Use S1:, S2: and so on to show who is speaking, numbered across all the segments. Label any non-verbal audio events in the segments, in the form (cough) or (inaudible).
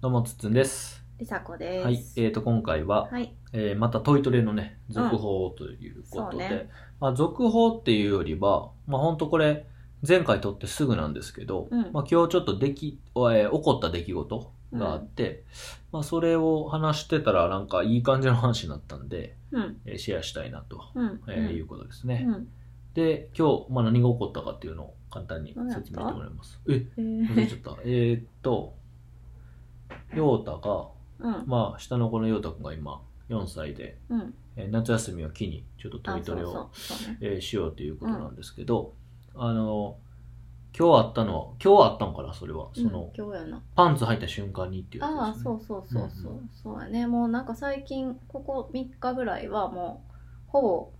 S1: どうも、つっつんです。
S2: りさこです。
S1: はい。えーと、今回は、
S2: はい。
S1: えーまたトイトレのね、続報ということで、
S2: うんそうね
S1: まあ、続報っていうよりは、まあ、ほんとこれ、前回撮ってすぐなんですけど、
S2: うん
S1: まあ、今日ちょっとでき、えー起こった出来事があって、まあ、それを話してたら、なんかいい感じの話になったんで、
S2: うん。
S1: えーシェアしたいなと、
S2: うん。
S1: えーいうことですね。
S2: うん。
S1: で、今日、まあ、何が起こったかっていうのを簡単に説明してもらいます。え、
S2: うん。
S1: 忘れちゃった。えーっと、ヨータが、
S2: うん。
S1: まあ、下の子の陽太くんが今、4歳で、
S2: うん。
S1: えー夏休みを機に、ちょっとトイトレを
S2: あそうそうそうね
S1: えーしようということなんですけど、あの、今日あったのは、今日あったのかな、それは。その、
S2: うん、今日やな。
S1: パンツ履いた瞬間にっていうやつです、ね。
S2: ああ、そうそうそうそう。
S1: うん
S2: そうやね。もうなんか最近、ここ3日ぐらいはもう、ほぼ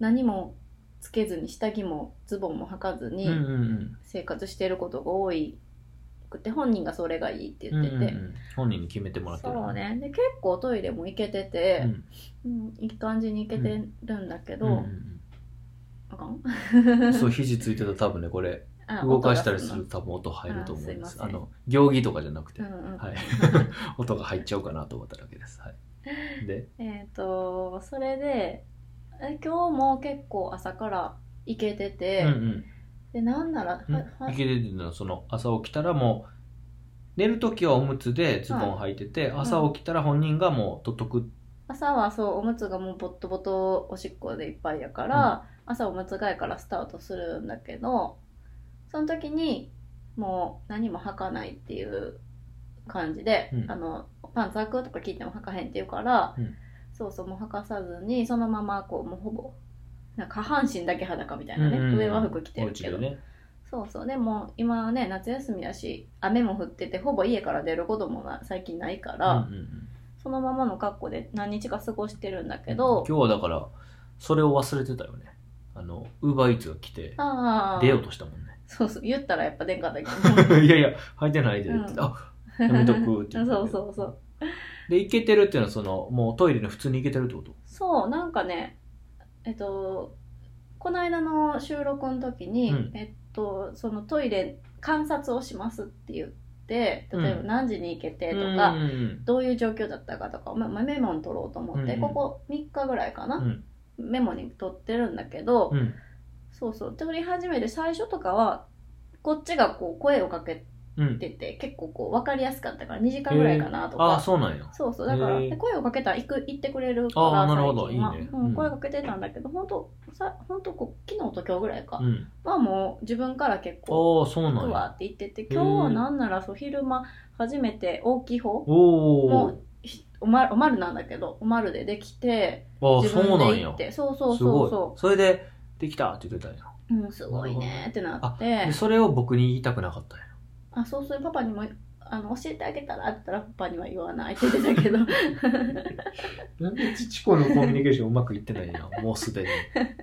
S2: 何もつけずに、下着もズボンも履かず
S1: うんうん
S2: に
S1: うん
S2: 生活してることが多いくて、本人がそれがいいって
S1: う
S2: 言
S1: ん
S2: っ
S1: う
S2: てて。
S1: んうん。本人に決めてもらってる。
S2: そうね。で、結構トイレも行けてて
S1: う、ん。
S2: うん、いい感じに行けてるんだけど、
S1: うんうん
S2: あかん
S1: うんそう、肘ついてたら多分ね、これ、
S2: あ
S1: 動かしたりす
S2: 音
S1: る
S2: が
S1: と多分音入ると思うんです。
S2: あすいません
S1: あの、行儀とかじゃなくて
S2: う。んうん
S1: はい
S2: (laughs)
S1: 音が入っちゃうかなと思っただけです。はい。で、
S2: えっ、とそれでえ今日も結構朝から行けてて、
S1: うんうん。
S2: でなんなら、
S1: うん
S2: はは
S1: 生きれてるのはその朝起きたらもう寝る時はおむつでズボン履いてて、
S2: い
S1: 朝起きたら本人がもうとっとく
S2: 朝はそうおむつがもうボットボトおしっこでいっぱいやから、朝おむつ替えからスタートするんだけどその時にもう何も履かないっていう感じで、
S1: うん
S2: あのパンツ履くとか聞いても履かへんっていうから、
S1: うん
S2: そうそうもう履かさずにそのままこうもうほぼなんか下半身だけ裸みたいなね、
S1: うんうん
S2: 上は服着て
S1: お
S2: る
S1: 家
S2: け
S1: で
S2: ど、
S1: ね
S2: そうそうでも今はね夏休みだし雨も降っててほぼ家から出ることもな最近ないから、
S1: うんうんうん
S2: そのままの格好で何日か過ごしてるんだけど、
S1: 今日はだからそれを忘れてたよねあのウーバーイーツが来て
S2: ああ
S1: 出ようとしたもん (laughs)
S2: そうそう言ったらやっぱ出んかったけど
S1: ねいやいや履いてないでって言って、
S2: うん
S1: あやめとくって言って
S2: そうそうそう
S1: で行けてるっていうのはそのもうトイレに普通に行けてるってこと
S2: そうなんかねえっとこの間の収録の時に、
S1: うん
S2: えっとそのトイレ観察をしますって言って例えば
S1: うん
S2: 何時に行けてと
S1: うん
S2: か、
S1: うん
S2: どういう状況だったかとか、ま、まメモに取ろうと思って、
S1: うんうん
S2: ここ3日ぐらいかな、
S1: うん
S2: メモに取ってるんだけど、
S1: うんうん
S2: そうそう取り始めて最初とかはこっちがこう声をかけ
S1: うん
S2: てて結構こう分かりやすかったから2時間ぐらいかなと
S1: ああ
S2: か、
S1: そうなんや
S2: そうそうだか
S1: へ
S2: ら、
S1: ー
S2: で声をかけたら行く行ってくれるから
S1: あーなるほど
S2: 最近はい
S1: いね
S2: うん
S1: うん
S2: 声かけてたんだけど本当さ本当こう昨日と今日ぐらいか、
S1: うん
S2: はもう自分から
S1: あ
S2: 結
S1: あ
S2: 構
S1: そう
S2: 行
S1: な
S2: く
S1: ん
S2: わ
S1: や
S2: って言ってて
S1: ー
S2: 今日はなんならそう昼間初めて大きい方
S1: お
S2: のひおまおまるなんだけどおまるでできて
S1: おああ
S2: 自
S1: そう
S2: 分
S1: なん
S2: で行
S1: や
S2: ってそうそう
S1: す
S2: そ
S1: ご
S2: う
S1: い
S2: そ。
S1: それで、できたって言ってたんや。
S2: ううんすごいねってなって
S1: で、それを僕に言いたくなかったんや。
S2: あそうそうパパにもあの教えてあげたらって言ったらパパには言わないって言ってたけど
S1: なんで父子のコミュニケーションうまくいってないん (laughs) や、もうすでに。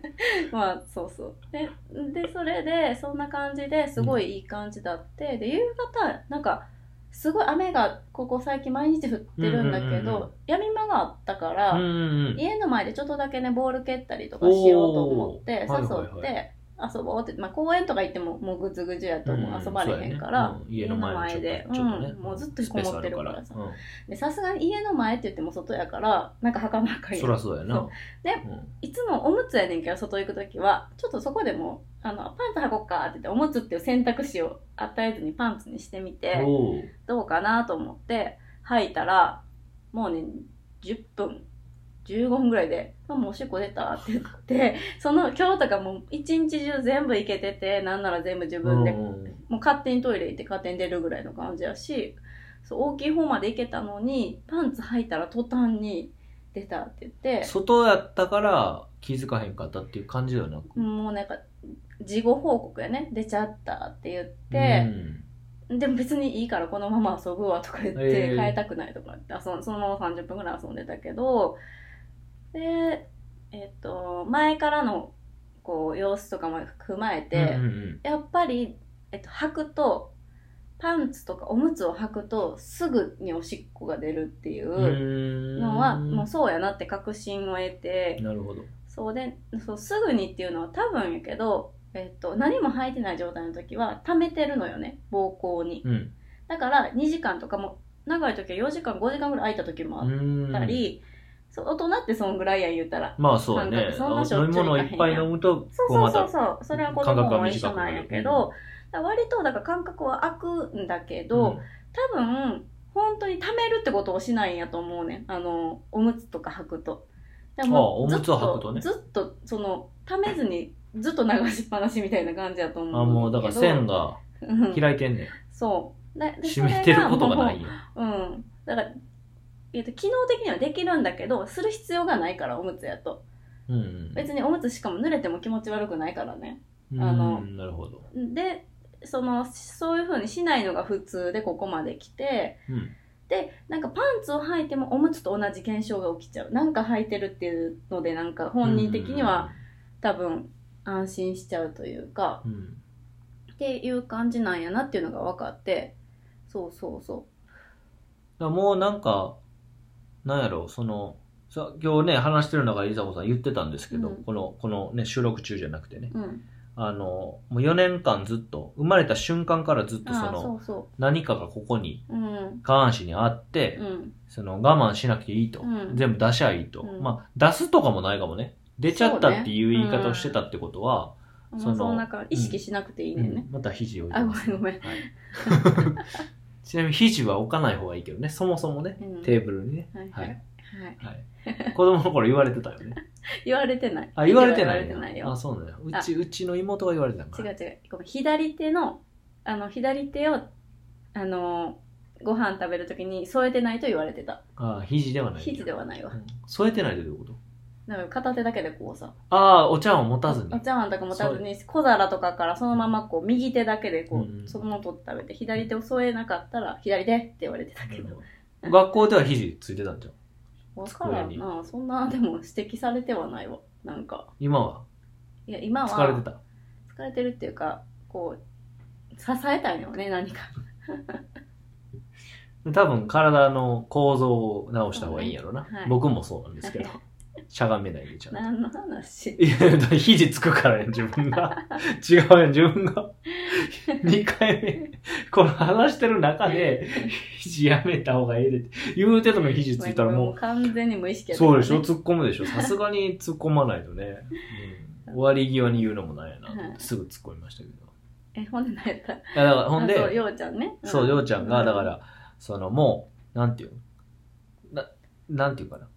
S2: (laughs) まあそうそうででそれでそんな感じですごいいい感じだって、で夕方なんかすごい雨がここ最近毎日降ってるんだけ
S1: うんうん
S2: ど、
S1: うんうん
S2: やみ間があったから、
S1: うんうんうん。
S2: 家の前でちょっとだけねボール蹴ったりとかしようと思って
S1: おー
S2: 誘って、
S1: はいはい
S2: 遊ぼうって、まあ、公園とか行ってももうぐずぐずやと思う、遊ばれへんから、
S1: そうやねうん家の前で
S2: 家の前で
S1: ちょっとね
S2: うんもうずっとこもってるから
S1: スペ
S2: さ
S1: ースある
S2: でさすがに家の前って言っても外やからなんか袴ばっ
S1: う
S2: か
S1: ん
S2: り
S1: そりゃそうやな
S2: そうでいつもおむつやねんけど外行く時はちょっとそこでもあのパンツ履こうかって言っておむつっていう選択肢を与えずにパンツにしてみ
S1: うん
S2: て
S1: おー
S2: どうかなと思って履いたらもうね10分15分ぐらいで「あもうおしっこ出た」って言ってその今日とかもう一日中全部行けててなんなら全部自分で
S1: うんうん
S2: もう勝手にトイレ行って勝手に出るぐらいの感じやしそう大きい方まで行けたのにパンツ履いたら途端に出たって言って
S1: 外やったから気づかへんかったっていう感じではなく。
S2: もうなんか事後報告やね出ちゃったって言っ
S1: う
S2: て、
S1: ん
S2: でも別にいいからこのまま遊ぶわとか言って、
S1: ええ
S2: 変えたくないとか言って遊んそのまま30分ぐらい遊んでたけどでえっ、と前からのこう様子とかも踏まえて、
S1: うんうん
S2: やっぱり、えっと、履くとパンツとかおむつを履くとすぐにおしっこが出るってい
S1: うんう
S2: う
S1: ーん
S2: のはもうそうやなって確信を得て
S1: なるほど。
S2: そうでそうすぐにっていうのは多分やけど、えっと、何も履いてない状態の時は溜めてるのよね膀胱に
S1: うん。
S2: だから2時間とかも長い時は4時間5時間ぐらい空いた時もあっ
S1: ん
S2: たり、そう大人ってそんぐらいやん言うたら
S1: まあそうだね。
S2: 感覚そんな
S1: 飲み物をいっぱい飲むと、
S2: そう
S1: こう
S2: そ
S1: ま
S2: うそ
S1: た
S2: うそうそれは子供も一緒なんやけど、だから割とだから感覚は空くんだけど、
S1: うん
S2: 多分本当に溜めるってことをしないんやと思うねんあのおむつとか履くとで
S1: ああおむつを履くとね
S2: ずっとその溜めずにずっと流しっぱなしみたいな感じやと思うん
S1: あ、もうだから線
S2: が
S1: が
S2: 開
S1: 開いてんねん。
S2: そうだで
S1: 閉めてることがないいよ。
S2: うんだからえっと、機能的にはできるんだけどする必要がないからおむつやと
S1: うんうん。
S2: 別におむつしかも濡れても気持ち悪くないからねあの
S1: うんなるほど。
S2: でそのそういう風にしないのが普通でここまで来て
S1: うん。
S2: でなんかパンツを履いてもおむつと同じ現象が起きちゃうなんか履いてるっていうのでなんか本人的には多分安心しちゃうというか
S1: うん。うん。
S2: っていう感じなんやなっていうのが分かってそうそうそ
S1: だからもうなんか、なんやろ、その、さ今日ね、話してる中で、いざこさん言ってたんですけど、
S2: うん
S1: この、このね、収録中じゃなくてね、
S2: ううん
S1: あの、もう4年間ずっと、生まれた瞬間からずっとそ
S2: ああ
S1: の、
S2: そうそ
S1: 何かがここに、
S2: ううん
S1: 下半身にあって、
S2: うん
S1: その、我慢しなくていいと。
S2: うん
S1: 全部出しゃいいと。
S2: うん
S1: まあ、出すとかもないかもね。出ちゃったっていう言い方をしてたってことは、
S2: あん
S1: その
S2: まそんなか意識しなくていいねんね、
S1: うんまた肘を置い
S2: あ
S1: て
S2: ご
S1: ま
S2: め
S1: す
S2: んごめ
S1: は
S2: ん、
S1: いちなみに肘は置かない方がいいけどね、そもそもね、
S2: うん
S1: テーブルにね。
S2: はいはい、はい、
S1: はい、子供の頃言われてたよ
S2: (laughs)
S1: ね。
S2: 言われてない
S1: あ、言われてない,、
S2: 言われてないよ
S1: あ、そうなのよ。うち、うちの妹が言われてたか
S2: 違う
S1: ら。
S2: 違うごめん左手のあの左手をあのご飯食べるときに添えてないと言われてた
S1: あ、肘ではない。
S2: 肘で
S1: は、
S2: はないわ
S1: うん添えてないってどういうこと
S2: だから片手だけでこうさ
S1: ああ、お茶碗を持たずに
S2: お。茶碗とか持たずに小皿とかからそのままこう右手だけでこ
S1: うん
S2: うそのまま取って食べて左手を添えなかったら左手って言われてた
S1: な
S2: け
S1: るほ
S2: ど
S1: ど学校では肘ついてたんじゃん。
S2: 分からんなそんなでも指摘されてはないわなんか
S1: 今はい
S2: や今は
S1: 疲れてた。
S2: 疲れてるっていうかこう支えたいのよね何か
S1: 多分体の構造を直した方がいいんやろな。
S2: そうねはい
S1: 僕もそうなんですけど
S2: (laughs) は。
S1: しゃがめないでちゃんと。
S2: 何の話
S1: いや、だから肘つくからやん、自分が。違うやん、自分が。2回目、この話してる中で、肘やめた方がええでって。言うてたのに肘ついたら
S2: も
S1: も
S2: う完全に無意識
S1: う、
S2: やったか
S1: そう
S2: らね
S1: でしょ突っ込むでしょさすがに突っ込まないと
S2: (laughs)
S1: ね。うん、終わり際に言うのもなんや
S2: は
S1: な。
S2: い
S1: すぐ突っ込みましたけど。
S2: え、ほんで何やった
S1: いや、だから、ほん
S2: あそう、
S1: で、
S2: ようちゃんね。
S1: そう、りょうちゃんが、だか
S2: うん、
S1: ら、その、もう、なんていうのな、なんていうかな。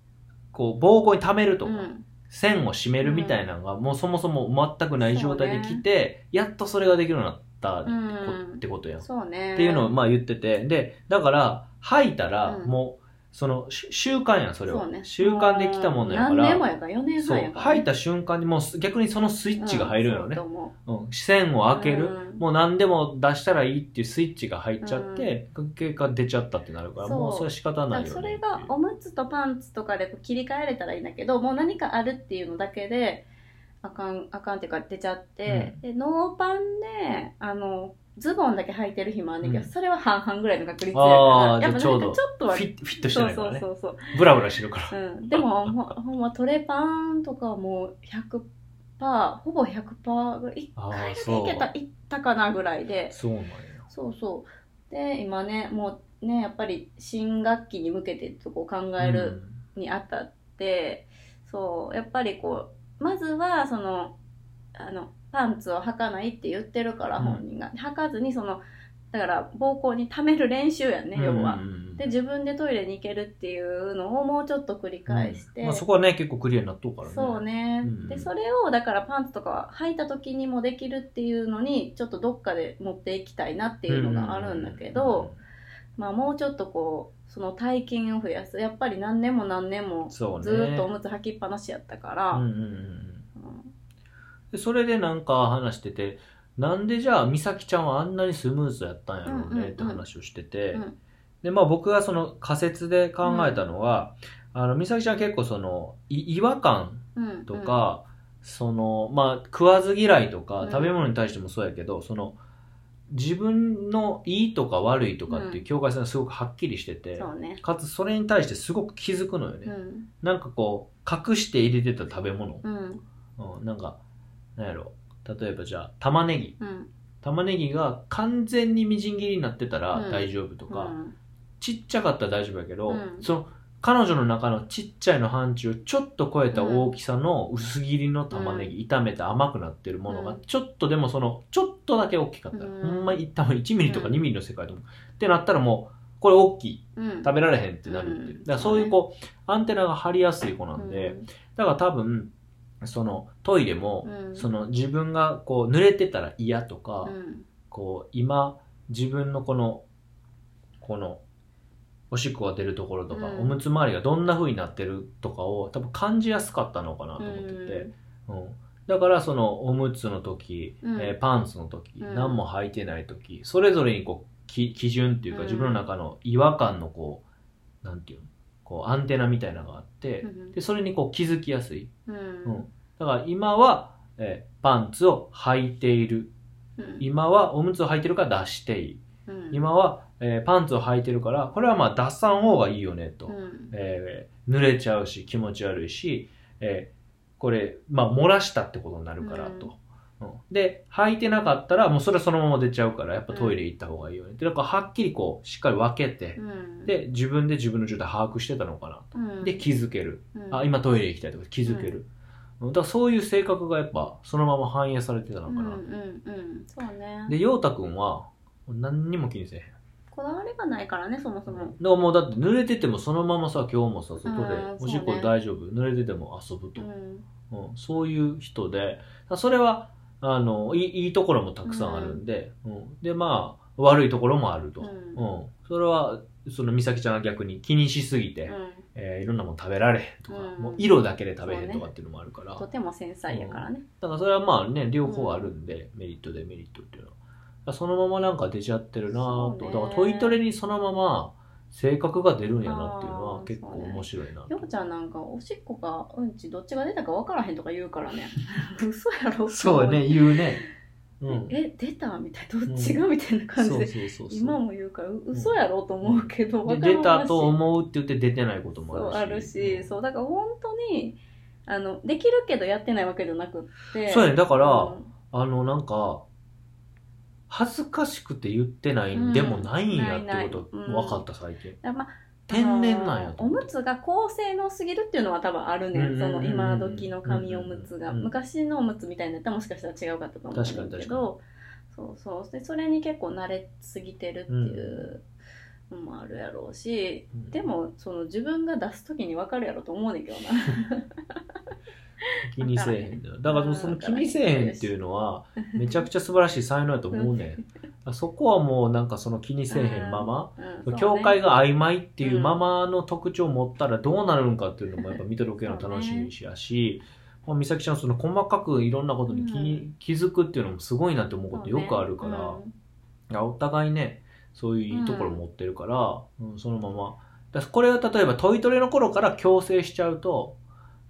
S1: こう、膀胱に溜めるとか。
S2: うん
S1: 線を締めるみたいなのがもうそもそも全くない状態で来て、やっとそれができるようになったってこ,、
S2: うん
S1: ってことやん。っ
S2: そうね。
S1: ていうのをまあ言ってて、で、だから吐いたら
S2: うん
S1: もう、そのし習慣やん、それ
S2: そ
S1: は。
S2: うね
S1: 習慣できたものやか
S2: 何年も
S1: ら。
S2: やから、4年
S1: そう
S2: 間やから
S1: 吐
S2: ね、
S1: いた瞬間にもう逆にそのスイッチが入るよね
S2: うん、そうと、思
S1: うん線を開ける、
S2: うん
S1: もう何でも出したらいいっていうスイッチが入っちゃって、結果出ちゃったってなるから
S2: そう
S1: もうそれは仕方
S2: うだ
S1: な
S2: か
S1: いよね
S2: らそれがおむつとパンツとかでこう切り替えれたらいいんだけどもう何かあるっていうのだけであかんあかんっていうか出ちゃって、でノーパンであのズボンだけ履いてる日もあんねんけど、
S1: うん
S2: それは半々ぐらいの確率や
S1: あ
S2: か
S1: ー
S2: らやっぱなんか
S1: じ
S2: ち
S1: ゃあ
S2: ょ
S1: ちょうど
S2: っ
S1: フ
S2: と
S1: ィ
S2: は
S1: ッフィットして
S2: そ
S1: な
S2: う
S1: いか
S2: そ
S1: ら
S2: う
S1: ね
S2: そうそう
S1: ブラブラしてるから
S2: うん、でもほほんまトレパンとかはもう100パーほぼ100パーぐらい
S1: あー
S2: 1回だけ
S1: そう
S2: いけたいったかなぐらいで
S1: そうなんや。
S2: そうそうで今ねもうねやっぱり新学期に向けてとこう考えるにあたって、そうやっぱりこうまずはそのあのパンツを履かないって言ってるから
S1: うん
S2: 本人が、履かずにそのだから膀胱に溜める練習やね
S1: うん、
S2: 要は。
S1: うんうんうん
S2: で自分でトイレに行けるっていうのをもうちょっと繰り返して、
S1: まあ、そこはね、結構クリアになっとうからね。
S2: そうね、
S1: うん
S2: でそれをだからパンツとかは履いた時にもできるっていうのにちょっとどっかで持っていきたいなっていうのがあるんだけど、まあ、もうちょっとこうその体筋を増やすやっぱり何年も何年もず
S1: そうね
S2: ーっとおむつ履きっぱなしやったか
S1: うんうん
S2: ら、
S1: うんうんでそれでなんか話してて、なんでじゃあ、美咲ちゃんはあんなにスムーズやったんやろうねって話をしてて、
S2: うんうんうん
S1: で、まあ僕がその仮説で考えたのは、あの、美咲ちゃん結構その、い違和感
S2: うんうん
S1: と、か、その、まあ食わず嫌いと
S2: う
S1: か
S2: ん、
S1: 食べ物に対してもそうやけど、その、自分のいいとか悪いとかっていう境界線がすごくはっきりしてて、
S2: そうね、
S1: かつそれに対してすごく気づくのよね、
S2: うん
S1: なんかこう隠して入れてた食べ物、
S2: うん
S1: うん、なんかなんやろ例えばじゃあ玉ねぎ
S2: うん
S1: 玉ねぎが完全にみじん切りになってた
S2: う
S1: ら
S2: ん
S1: 大丈夫とか、
S2: うん
S1: ちっちゃかったら大丈夫やけど、
S2: うん
S1: その彼女の中のちっちゃいの範疇をちょっと超えた大きさの薄切りの玉ねぎ、炒めて甘くなってるもの
S2: う
S1: が
S2: ん
S1: ちょっとでもそのちょっとだけ大きかったら、
S2: うん
S1: ほんまに多分1ミリとか
S2: うん
S1: 2ミリの世界と思う、ってなったらもうこれ大きい
S2: うん
S1: 食べられへんってなるっていう、
S2: う
S1: だ
S2: ん
S1: からそういうこうアンテナが張りやすい子なんで、だから多分そのトイレも、
S2: うん
S1: その自分がこう濡れてたら嫌とか、
S2: うん
S1: こう今自分のこのこのおしっこが出るところとか、
S2: うん
S1: おむつ周りがどんな風になってるとかを多分感じやすかったのかなと思ってて、うんだからそのおむつの時、
S2: うん
S1: えーパンツの時、
S2: うん
S1: 何も履いてない時それぞれにこうき基準っていうか
S2: うん
S1: 自分の中の違和感のこうなんていうのこうアンテナみたいなのがあって、
S2: うん
S1: でそれにこう気づきやすい。
S2: うん
S1: うんだから今は、えーパンツを履いている
S2: うん
S1: 今はおむつを履いてるから出していい
S2: うん
S1: 今は、えーパンツを履いてるからこれはまあ出さん方がいいよねと、
S2: うん
S1: えー濡れちゃうし気持ち悪いし、えーこれ、まあ、漏らしたってことになるからと、うんで履いてなかったらもうそれそのまま出ちゃうからやっぱトイレ行った方がいいよねってだからはっきりこうしっかり分けて、
S2: うん
S1: で自分で自分の状態把握してたのかな
S2: うん
S1: で気づける、
S2: うん
S1: あ今トイレ行きたいとか気づける、うんだからそういう性格がやっぱそのまま反映されてたの
S2: うん
S1: か
S2: う
S1: な、
S2: んうんそうね
S1: で陽太くんは何にも気にせえへん
S2: こだわりがないからねそもそも
S1: だからもうだって濡れててもそのままさ今日もさ外で
S2: うん
S1: おしっ
S2: そう
S1: こ
S2: ね
S1: 大丈夫、濡れてても遊ぶ
S2: う
S1: と、うん
S2: ん
S1: そういう人でそれはあのいいいいところもたくさんあるんで、うんでまあ悪いところもあると、
S2: う
S1: うん
S2: ん
S1: それはその美咲ちゃんが逆に気にしすぎて、
S2: うん
S1: えーいろんなもん食べられへんとか、
S2: うん
S1: もう色だけで食べへんとかっていうのもあるから、
S2: とても繊細やからね
S1: だからそれはまあね両方あるんで、メリットデメリットっていうのはだからそのままなんか出ちゃってるなぁと、
S2: そうね
S1: だからトイトレにそのまま性格が出るんやなっていうの
S2: あ
S1: は
S2: ー
S1: 結構
S2: そうね
S1: 面白いな
S2: ようちゃんなんかおしっこかうんちどっちが出たか分からへんとか言うから
S1: (laughs)
S2: ね嘘やろ
S1: そうね言うねうん
S2: え出たみたいなどっちがみたいな感じ
S1: そう
S2: で
S1: そうそう
S2: 今
S1: そ
S2: も言うからう嘘やろと思うけど
S1: う
S2: わ
S1: で
S2: からん
S1: 出たと思うって言って出てないことも
S2: そう
S1: あ
S2: あ
S1: る
S2: る
S1: し
S2: し、そうだから本当にあのできるけどやってないわけじゃなくって
S1: そうやねだから、
S2: うん
S1: あのなんか恥ずかしくて言ってないんでもないんやってこと
S2: うんないないう
S1: 分
S2: ん
S1: かった最近、
S2: だからまあ
S1: 天然なんや
S2: あのおむつが高性能すぎるっていうのは多分あるね、
S1: うんうんうん
S2: その今時の紙おむつが、
S1: うんうんうん
S2: 昔のおむつみたいになったらもしかしたら違うかったと思うんだ
S1: 確かに
S2: け
S1: 確かに
S2: どそうそうでそれに結構慣れすぎてるっていうのもあるやろうし、
S1: うん
S2: でもその自分が出す時に分かるやろと思うねんけ
S1: (laughs) 気
S2: どな
S1: にせえへんだよだからその気にせえへんっていうのはめちゃくちゃ素晴らしい才能やと思うねんそこはもうなんかその気にせえへんまま
S2: うん、そうね
S1: 境界が曖昧っていうままの特徴を持ったらどうなるんかっていうのもやっぱ見届けるの楽しみや
S2: (laughs)
S1: し、まあ、美咲ちゃんその細かくいろんなことに気,、
S2: うん
S1: 気づくっていうのもすごいなって思うことよくあるから、
S2: そうね
S1: いやお互いねそういういいところ持ってるから、うんそのままだからこれを例えばトイトレの頃から強制しちゃうと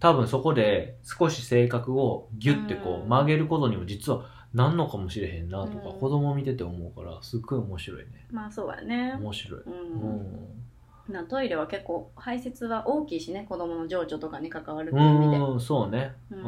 S1: 多分そこで少し性格をギュッてこ
S2: う
S1: うん曲げることにも実はなんのかもしれへんなとか、
S2: うん
S1: 子供見てて思うからすっごい面白いね
S2: うんまあそうやね
S1: 面白い、
S2: う
S1: うんん
S2: なトイレは結構排泄は大きいしね子供の情緒とかに関わるって
S1: う
S2: いう意味で、
S1: ん、そうね
S2: う
S1: うんん、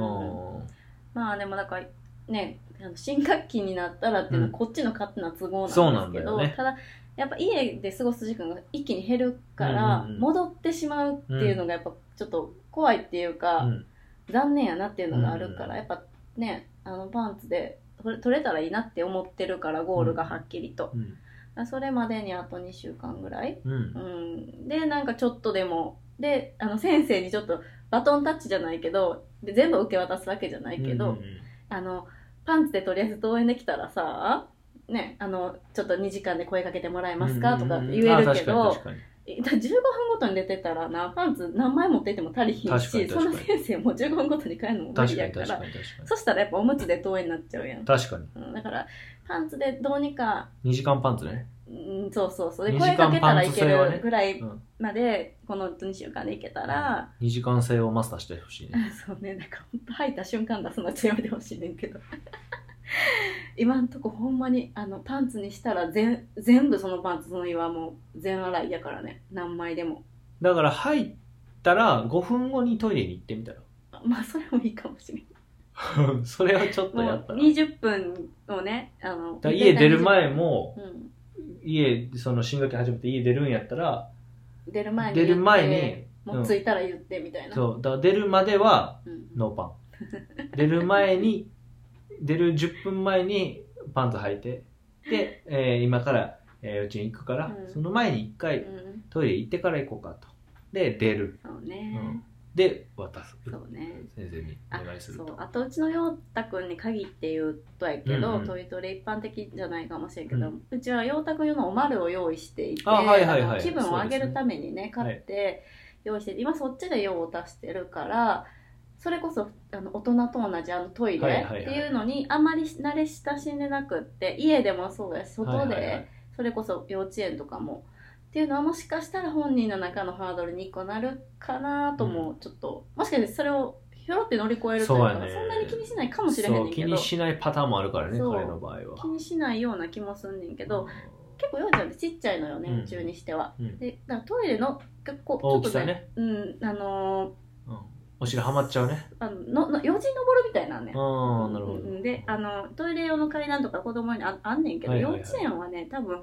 S2: まあでもだからねあの新学期になったらっていうのは
S1: うん
S2: こっちの勝手な都合
S1: そう
S2: な
S1: なんん
S2: で
S1: だ
S2: すけど、
S1: よね
S2: ただやっぱ家で過ごす時間が一気に減るから、
S1: うんうんうん
S2: 戻ってしまうっていうのがやっぱちょっと怖いっていうか、
S1: うん
S2: 残念やなっていうのがあるから、
S1: うんうん
S2: やっぱねあのパンツで取れ取れたらいいなって思ってるからゴールがはっきりと、
S1: うん
S2: あそれまでにあと2週間ぐらい
S1: うん
S2: うん、でなんかちょっとでもであの先生にちょっとバトンタッチじゃないけどで全部受け渡すわけじゃないけど、
S1: うんうん
S2: あのパンツでとりあえず登園できたらさ、ね、あのちょっと2時間で声かけてもらえますか、とかって言えるけ
S1: あ
S2: ど
S1: 確かに
S2: えだ15分ごとに出てたらなパンツ何枚持ってても足りひん
S1: 確か
S2: し
S1: に
S2: そ
S1: 確か
S2: の
S1: に
S2: 先生も15分ごとに帰るのも無理
S1: 確か
S2: や
S1: に
S2: か
S1: 確からに確かに確か
S2: そしたらやっぱおむつで登園になっちゃうやん
S1: に、確かに
S2: うん、だからパンツでどうにか
S1: 2時間パンツね
S2: うんそうそうそうで
S1: 二
S2: 声
S1: 時間
S2: かけたらい
S1: パ
S2: け
S1: ンツ制は
S2: る
S1: ね
S2: ぐらい
S1: うん
S2: までこの2週間でいけたら、
S1: 2時間制をマスターしてほしいね
S2: (laughs) そうねなんかほんと吐いた瞬間出すの強めてほしいねんけど (laughs) 今んとこほんまにあのパンツにしたら全全部そのパンツの岩もう全洗いやからね何枚でも
S1: だから入ったら5分後にトイレに行ってみたら
S2: まあそれもいいかもしれん
S1: それをちょっとや
S2: も
S1: った
S2: う
S1: ら
S2: 20分をねあの
S1: だから家出る前
S2: も、
S1: も
S2: うん、
S1: 家、その新学期始めて家出るんやったら、
S2: 出る前に
S1: 出る前
S2: 言って
S1: に、
S2: もう着いたら言ってみたいな、
S1: そう、だから出るまでは
S2: うん
S1: ノーパ
S2: (laughs)
S1: ン。出る前に、出る10分前にパンツ履いて、で、えー今から、えーうちに行くから、
S2: うん
S1: その前に一
S2: う
S1: 回
S2: ん、
S1: トイレ行ってから行こうかと。で、出る。
S2: そう
S1: う
S2: ね、
S1: ん、で、渡す。
S2: そうね
S1: 先生に
S2: あ
S1: お願いする
S2: そう
S1: と。
S2: あとうちの陽太くんに限って言うとやけど、
S1: うんうん
S2: トイトレ一般的じゃないかもしれんけど、
S1: う
S2: うちは陽太くん用のおまるを用意していて
S1: あはいはいはい
S2: あの気分を上げるためにね
S1: そうですね
S2: 買って用意してて、今そっちで用を足してるからそれこそあの大人と同じあのトイ
S1: はいは
S2: レ
S1: いはい
S2: っていうのにあまり慣れ親しんでなくって家でもそうだし外
S1: はいはいはい
S2: でそれこそ幼稚園とかも。っていうのはもしかしたら本人の中のハードルに1個なるかなともちょっと、もしかしてそれをひょろって乗り越えるというか
S1: そうやね
S2: そんなに気にしないかもしれへんね
S1: そ
S2: ん
S1: う
S2: け
S1: 気
S2: ど
S1: にしないパターンもあるからね
S2: そう
S1: 彼の場合は
S2: 気にしないような気もすんねんけど、結構幼児なんてちっちゃいのよ年中にしては、
S1: うん
S2: でだからトイレの結構
S1: 大きさね
S2: うんあの
S1: うん、お尻はまっちゃうね
S2: ーあのののよじ登るみたいなんね、
S1: ああなるほど、
S2: うんであのトイレ用の階段とか子供にああんねんけど、
S1: はいはいはい
S2: 幼稚園はね多分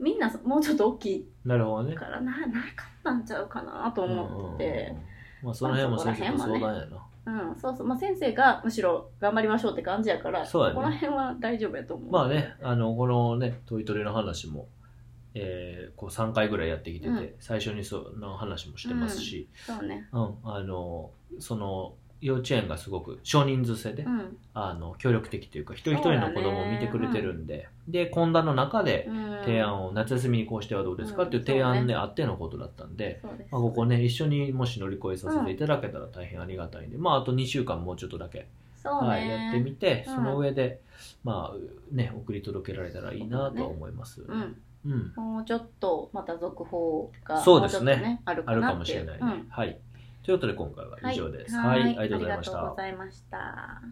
S2: みんなもうちょっと大きい
S1: なるほどね
S2: からななかったんちゃうかなと思ってて、
S1: うんうんうんまあその辺も先生と相談やな、
S2: うん、そうそう、まあ、先生がむしろ頑張りましょうって感じやから
S1: そうやね
S2: この辺は大丈夫やと思う
S1: まあねあのこのねトイトレの話も、えーこう3回ぐらいやってきてて、
S2: うん
S1: 最初にその話もしてますし、
S2: そうね
S1: うんあのその幼稚園がすごく少人数制で、
S2: うん
S1: あの協力的というか一人一人の子供を見てくれてるんで、で懇談の中で
S2: うん
S1: 提案を夏休みにこうしてはどうですかっていう提
S2: う
S1: 案
S2: ん
S1: で
S2: そう
S1: あってのことだったんで、
S2: そうです
S1: まあ、ここね一緒にもし乗り越えさせていただけたら大変ありがたいんで、まああと2週間もうちょっとだけ、
S2: そうね、
S1: はい、やってみて
S2: うん
S1: その上で、まあね送り届けられたらいいなとは思います、
S2: うん、
S1: うん、
S2: もうちょっとまた続報が
S1: そうですね
S2: もうちょっとある
S1: あ
S2: か
S1: る
S2: な
S1: か
S2: っ
S1: も
S2: て
S1: し
S2: い
S1: れ
S2: う
S1: ないね、
S2: うん
S1: はいということで今回は以上です、
S2: はい、
S1: はい、ありがとうございまし
S2: ありがとう
S1: た
S2: ございました